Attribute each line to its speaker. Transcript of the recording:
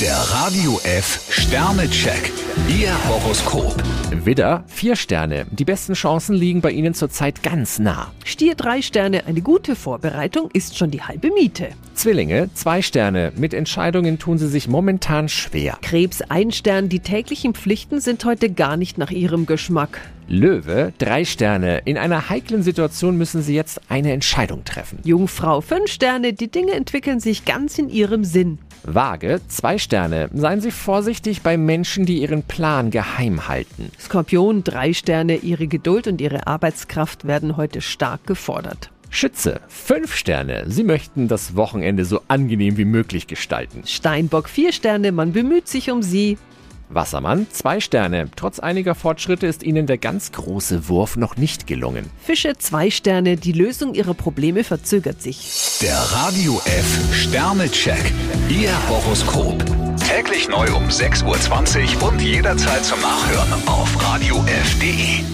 Speaker 1: Der Radio F Sternecheck. Ihr Horoskop.
Speaker 2: Widder, vier Sterne. Die besten Chancen liegen bei Ihnen zurzeit ganz nah.
Speaker 3: Stier drei Sterne, eine gute Vorbereitung ist schon die halbe Miete.
Speaker 2: Zwillinge, zwei Sterne. Mit Entscheidungen tun Sie sich momentan schwer.
Speaker 3: Krebs ein Stern, die täglichen Pflichten sind heute gar nicht nach ihrem Geschmack.
Speaker 2: Löwe, drei Sterne. In einer heiklen Situation müssen Sie jetzt eine Entscheidung treffen.
Speaker 3: Jungfrau fünf Sterne, die Dinge entwickeln sich ganz in ihrem Sinn.
Speaker 2: Waage, zwei Sterne. Seien Sie vorsichtig bei Menschen, die Ihren Plan geheim halten.
Speaker 3: Skorpion drei Sterne, ihre Geduld und ihre Arbeitskraft werden heute stark gefordert.
Speaker 2: Schütze, fünf Sterne. Sie möchten das Wochenende so angenehm wie möglich gestalten.
Speaker 3: Steinbock vier Sterne, man bemüht sich um sie.
Speaker 2: Wassermann, zwei Sterne. Trotz einiger Fortschritte ist Ihnen der ganz große Wurf noch nicht gelungen.
Speaker 3: Fische zwei Sterne, die Lösung ihrer Probleme verzögert sich.
Speaker 1: Der Radio F Sternecheck. Ihr Horoskop. Täglich neu um 6.20 Uhr und jederzeit zum Nachhören auf Radio radiof.de.